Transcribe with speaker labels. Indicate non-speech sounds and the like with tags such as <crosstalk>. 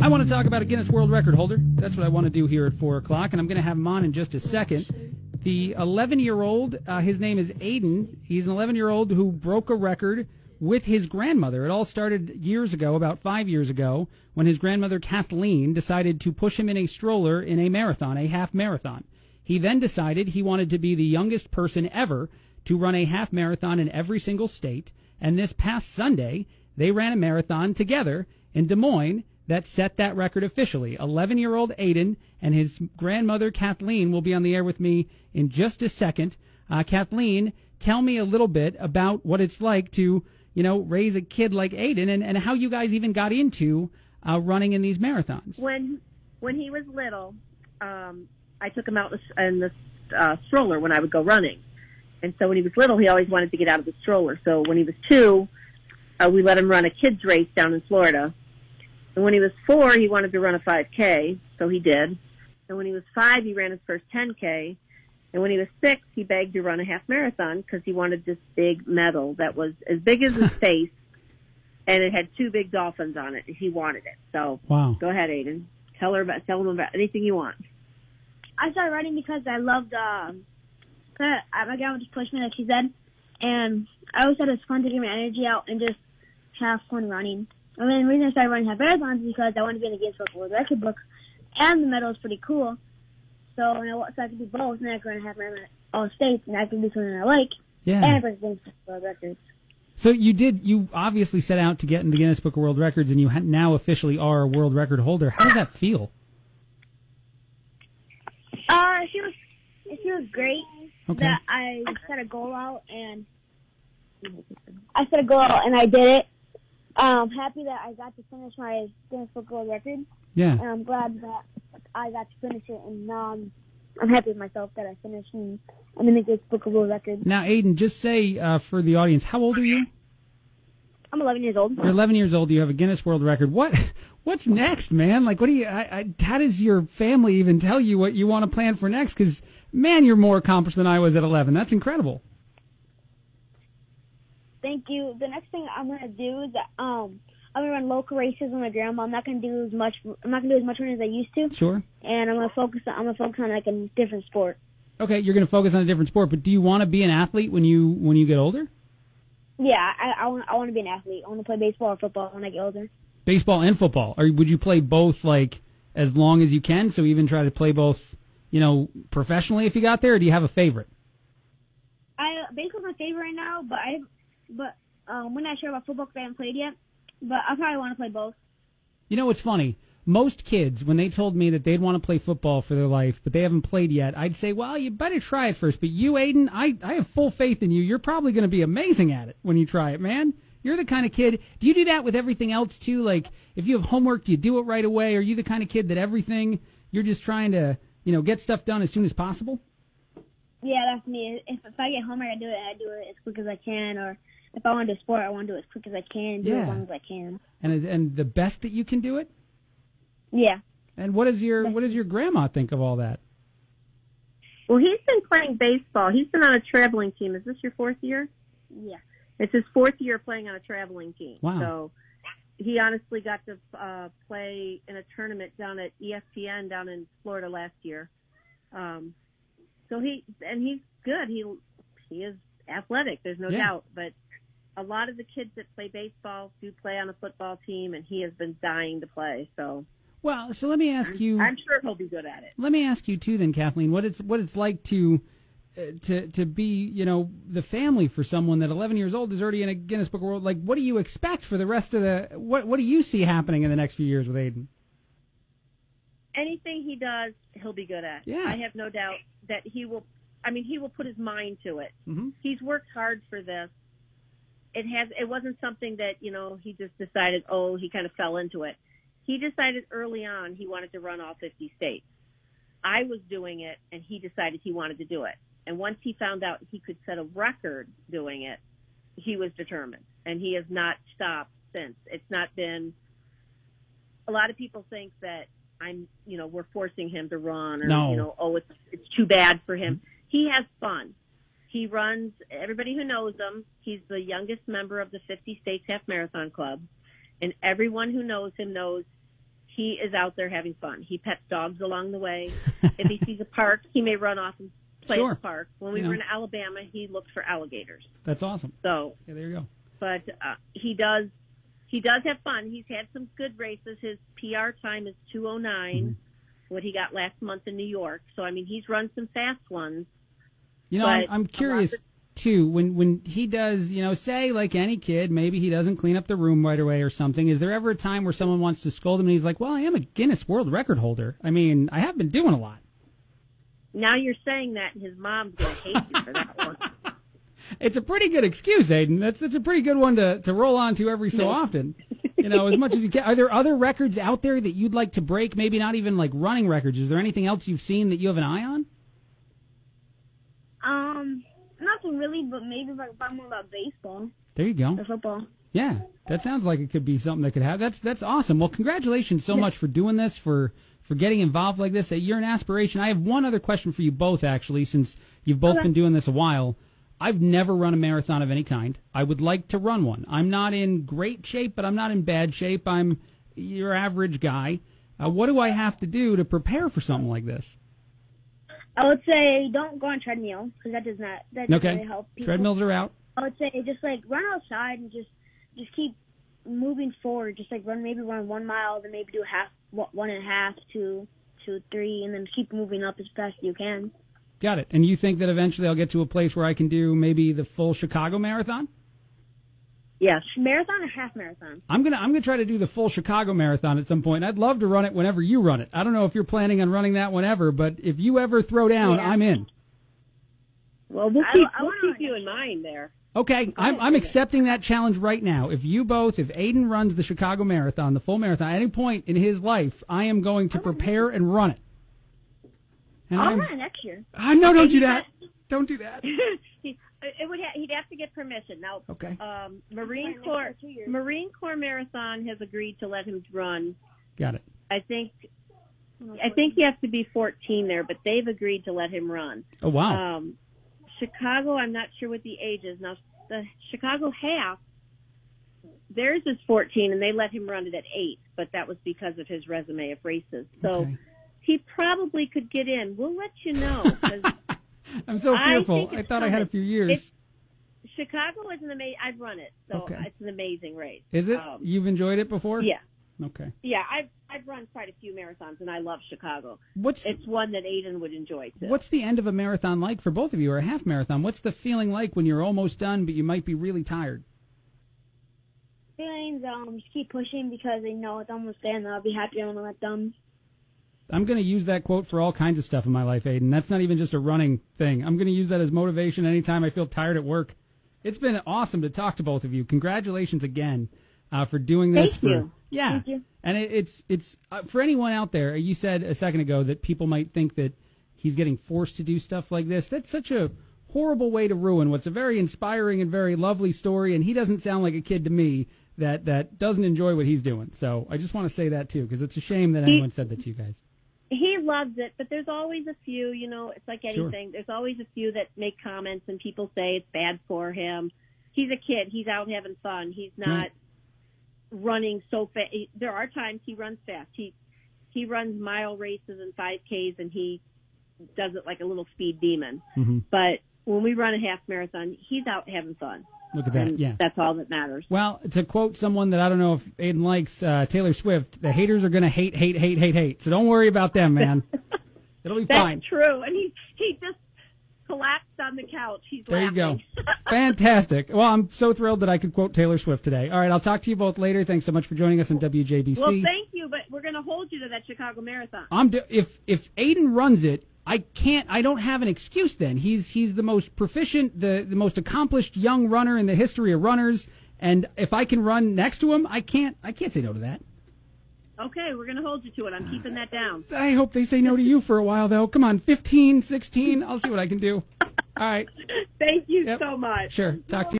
Speaker 1: I want to talk about a Guinness World Record holder. That's what I want to do here at 4 o'clock, and I'm going to have him on in just a second. The 11 year old, uh, his name is Aiden. He's an 11 year old who broke a record with his grandmother. It all started years ago, about five years ago, when his grandmother Kathleen decided to push him in a stroller in a marathon, a half marathon. He then decided he wanted to be the youngest person ever to run a half marathon in every single state. And this past Sunday, they ran a marathon together in Des Moines that set that record officially. 11 year old Aiden and his grandmother Kathleen will be on the air with me in just a second. Uh, Kathleen, tell me a little bit about what it's like to, you know, raise a kid like Aiden and, and how you guys even got into uh, running in these marathons.
Speaker 2: When when he was little, um, I took him out in the, in the uh, stroller when I would go running, and so when he was little, he always wanted to get out of the stroller. So when he was two, uh, we let him run a kids race down in Florida, and when he was four, he wanted to run a 5K, so he did. And when he was five, he ran his first 10K. And when he was six, he begged to run a half marathon because he wanted this big medal that was as big as his face, and it had two big dolphins on it. and He wanted it. So
Speaker 1: Wow.
Speaker 2: go ahead, Aiden. Tell her about tell him about anything you want.
Speaker 3: I started running because I loved um, kinda- I- my grandma just pushed me like she said, and I always thought it was fun to get my energy out and just have fun running. And then the reason I started running half marathons is because I wanted to be in the Guinness Book World Record book, and the medal is pretty cool. So and I, wa- so I could do both, and I could run a half marathon at all states, and I could do something I like,
Speaker 1: Yeah.
Speaker 3: and I could Guinness Book World Records.
Speaker 1: So you did. You obviously set out to get in the Guinness Book of World Records, and you ha- now officially are a world record holder. How does that feel?
Speaker 3: Uh, she was it feels great
Speaker 1: Okay.
Speaker 3: that I set a goal out and I set a goal out and I did it. Um, happy that I got to finish my Guinness Book World Record,
Speaker 1: Yeah.
Speaker 3: and I'm glad that I got to finish it. And now I'm, I'm happy with myself that I finished and I'm in the Guinness Book World Record.
Speaker 1: Now, Aiden, just say uh, for the audience, how old are you?
Speaker 3: I'm 11 years old.
Speaker 1: You're 11 years old. You have a Guinness World Record. What? <laughs> What's next, man? Like, what do you? I, I, how does your family even tell you what you want to plan for next? Because, man, you're more accomplished than I was at 11. That's incredible.
Speaker 3: Thank you. The next thing I'm gonna do is um. I'm gonna run local races with my grandma. I'm not gonna do as much. I'm not gonna do as much running as I used to,
Speaker 1: Sure.
Speaker 3: and I'm gonna focus. On, I'm gonna focus on like a different sport.
Speaker 1: Okay, you're going to focus on a different sport, but do you want to be an athlete when you when you get older?
Speaker 3: Yeah, I I want I want to be an athlete. I want to play baseball or football when I get older.
Speaker 1: baseball and football or would you play both like as long as you can so even try to play both you know professionally if you got there or do you have a favorite
Speaker 3: I baseball's my favorite right now, but I but um, we're not sure about football 'cause I haven't played yet. But I probably want to play both.
Speaker 1: you know what's funny most kids when they told me that they'd want to play football for their life but they haven't played yet i'd say well you better try it first but you aiden i, I have full faith in you you're probably going to be amazing at it when you try it man you're the kind of kid do you do that with everything else too like if you have homework do you do it right away are you the kind of kid that everything you're just trying to you know get stuff done as soon as possible
Speaker 3: Yeah, that's me. If if I get homework, I do it. I do it as quick as I can. Or if I want to do a sport, I want to do it as quick as I can and do it
Speaker 1: Yeah.
Speaker 3: as long as I can.
Speaker 1: and is, and the best that you can do it
Speaker 3: Yeah.
Speaker 1: And what does your what does your grandma think of all that?
Speaker 2: Well, he's been playing baseball. He's been on a traveling team. Is this your fourth year?
Speaker 3: Yeah.
Speaker 2: It's his fourth year playing on a traveling team.
Speaker 1: Wow.
Speaker 2: So he honestly got to uh, play in a tournament down at E ESPN down in Florida last year. Um, so he and he's good. He he is athletic. There's no
Speaker 1: Yeah.
Speaker 2: doubt. But a lot of the kids that play baseball do play on a football team, and he has been dying to play. So
Speaker 1: Well, so let me ask you.
Speaker 2: I'm sure he'll be good at it.
Speaker 1: Let me ask you too, then, Kathleen. What it's what it's like to uh, to to be you know the family for someone that 11 years old is already in a Guinness Book of World. Like, what do you expect for the rest of the what What do you see happening in the next few years with Aiden?
Speaker 2: anything he does, he'll be good at.
Speaker 1: Yeah.
Speaker 2: I have no doubt that he will. I mean, he will put his mind to it.
Speaker 1: Mhm.
Speaker 2: He's worked hard for this. It has. It wasn't something that you know he just decided. Oh, he kind of fell into it. He decided early on he wanted to run all 50 states. I was doing it, and he decided he wanted to do it. And once he found out he could set a record doing it, he was determined, and he has not stopped since. It's not been. A lot of people think that I'm, you know, we're forcing him to run, or
Speaker 1: No.
Speaker 2: you know, oh, it's it's too bad for him. He has fun. He runs. Everybody who knows him, he's the youngest member of the 50 States Half Marathon Club, and everyone who knows him knows he is out there having fun. He pets dogs along
Speaker 1: <laughs>
Speaker 2: the way. if he sees a park, he may run off and play
Speaker 1: Sure.
Speaker 2: at the park. When we
Speaker 1: Yeah.
Speaker 2: were in Alabama, he looked for alligators.
Speaker 1: That's awesome.
Speaker 2: So,
Speaker 1: Yeah, there you go.
Speaker 2: but uh, he does he does have fun. He's had some good races. His PR time is 209,
Speaker 1: Mm-hmm.
Speaker 2: what he got last month in New York. So I mean, he's run some fast ones.
Speaker 1: You know, I'm,
Speaker 2: But a
Speaker 1: I'm
Speaker 2: lot
Speaker 1: curious
Speaker 2: of-
Speaker 1: too. When when he does, you know, say like any kid, maybe he doesn't clean up the room right away or something. Is there ever a time where someone wants to scold him and he's like, "Well, I am a Guinness World Record holder. I mean, I have been doing a lot."
Speaker 2: Now you're saying that, and his mom's gonna hate you for that one.
Speaker 1: It's a pretty good excuse, Aiden. That's that's a pretty good one to to roll onto every so often. You know, as much as you can. Are there other records out there that you'd like to break? Maybe not even like running records. Is there anything else you've seen that you have an eye on?
Speaker 3: Um, nothing really, but maybe if I could find more about baseball
Speaker 1: There you go.
Speaker 3: or football.
Speaker 1: Yeah, that sounds like it could be something that could happen. That's that's awesome. Well, congratulations so much for doing this for for getting involved like this. Uh, You're an aspiration. I have one other question for you both actually, since you've both
Speaker 3: Okay.
Speaker 1: been doing this a while. I've never run a marathon of any kind. I would like to run one. I'm not in great shape, but I'm not in bad shape. I'm your average guy. Uh, what do I have to do to prepare for something like this?
Speaker 3: I would say don't go on treadmill because that does not that doesn't
Speaker 1: Okay,
Speaker 3: really help. People.
Speaker 1: treadmills are out.
Speaker 3: I would say just like run outside and just just keep moving forward. Just like run maybe run one mile, then maybe do half one- one and a half, two, two, three, and then keep moving up as fast as you can.
Speaker 1: Got it. And you think that eventually I'll get to a place where I can do maybe the full Chicago Marathon?
Speaker 2: Yes.
Speaker 3: Marathon or half marathon?
Speaker 1: I'm gonna I'm gonna try to do the full Chicago Marathon at some point. I'd love to run it whenever you run it. I don't know if you're planning on running that one ever, but if you ever throw down,
Speaker 3: Yeah.
Speaker 1: I'm in.
Speaker 2: Well, we'll
Speaker 3: I-
Speaker 2: keep
Speaker 3: I
Speaker 2: we'll
Speaker 3: wanna-
Speaker 2: keep you in mind <laughs> there.
Speaker 1: Okay, I'm, I'm accepting that challenge right now. If you both, if Aiden runs the Chicago Marathon, the full marathon, at any point in his life, I am going to prepare and run it. And
Speaker 3: I'll
Speaker 1: I'm,
Speaker 3: run it next year.
Speaker 1: I no, don't do
Speaker 2: <laughs>
Speaker 1: that. Don't do that.
Speaker 2: He- it would ha- he'd have to get permission now.
Speaker 1: Okay.
Speaker 2: Um, Marine
Speaker 3: Fine,
Speaker 2: Corps
Speaker 3: next year, two years.
Speaker 2: Marine Corps Marathon has agreed to let him run.
Speaker 1: Got it.
Speaker 2: I think I think he has to be 14 there, but they've agreed to let him run.
Speaker 1: Oh wow.
Speaker 2: Um, Chicago, I'm not sure what the age is now. The Chicago half, theirs is 14, and they let him run it at eight, but that was because of his resume of races. So
Speaker 1: Okay.
Speaker 2: he probably could get in. We'll let you know.
Speaker 1: <laughs>
Speaker 2: 'cause
Speaker 1: I'm so
Speaker 2: Uh, I
Speaker 1: fearful.
Speaker 2: think
Speaker 1: I,
Speaker 2: it's
Speaker 1: thought I had a
Speaker 2: coming.
Speaker 1: few years.
Speaker 2: It's- Chicago is an amazing. I've run it, so
Speaker 1: Okay.
Speaker 2: it's an amazing race.
Speaker 1: Is it?
Speaker 2: Um,
Speaker 1: You've enjoyed it before?
Speaker 2: yeah,
Speaker 1: Okay.
Speaker 2: yeah. I've I've run quite a few marathons, and I love Chicago.
Speaker 1: What's
Speaker 2: It's one that Aiden would enjoy too.
Speaker 1: What's the end of a marathon like for both of you, or a half marathon? What's the feeling like when you're almost done, but you might be really tired?
Speaker 3: Feelings, um, just keep pushing because they know it's almost there, and I'll be happy when I'm at them.
Speaker 1: I'm going to use that quote for all kinds of stuff in my life, Aiden. That's not even just a running thing. I'm going to use that as motivation anytime I feel tired at work. It's been awesome to talk to both of you. Congratulations again uh, for doing this.
Speaker 2: Thank
Speaker 1: for,
Speaker 2: you.
Speaker 1: Yeah.
Speaker 3: Thank you.
Speaker 1: And it, it's it's uh, for anyone out there. You said a second ago that people might think that he's getting forced to do stuff like this. That's such a horrible way to ruin what's a very inspiring and very lovely story. And he doesn't sound like a kid to me that that doesn't enjoy what he's doing. So I just want to say that too because it's a shame that anyone said that to you guys.
Speaker 2: he loves it, but there's always a few, you know, it's like
Speaker 1: Sure.
Speaker 2: anything. There's always a few that make comments and people say it's bad for him. He's a kid. He's out having fun. He's not
Speaker 1: Right.
Speaker 2: running so fast. There are times he runs fast. He he runs mile races and 5Ks and he does it like a little speed demon.
Speaker 1: Mhm.
Speaker 2: But when we run a half marathon, he's out having fun.
Speaker 1: Look at that.
Speaker 2: and
Speaker 1: Yeah.
Speaker 2: that's all that matters.
Speaker 1: Well, to quote someone that I don't know if Aiden likes, uh, Taylor Swift, the haters are going to hate, hate, hate, hate, hate. So don't worry about them,
Speaker 2: <laughs>
Speaker 1: man. It'll be
Speaker 2: That's
Speaker 1: fine.
Speaker 2: true. And he he just collapsed on the couch. He's
Speaker 1: There you go.
Speaker 2: laughing. <laughs>
Speaker 1: Fantastic. Well, I'm so thrilled that I could quote Taylor Swift today. All right, I'll talk to you both later. Thanks so much for joining us on WJBC.
Speaker 2: Well, thank you, but we're going to hold you to that Chicago Marathon.
Speaker 1: I'm do- if if Aiden runs it, I can't. I don't have an excuse. Then he's he's the most proficient, the the most accomplished young runner in the history of runners. And if I can run next to him, I can't. I can't say no to that.
Speaker 2: Okay, we're going to hold you to it. I'm keeping that down.
Speaker 1: I hope they say no to you for a while though. Come on, 15, 16. I'll see what I can do. All right,
Speaker 2: Thank you
Speaker 1: Yep.
Speaker 2: so much.
Speaker 1: sure. Talk to you.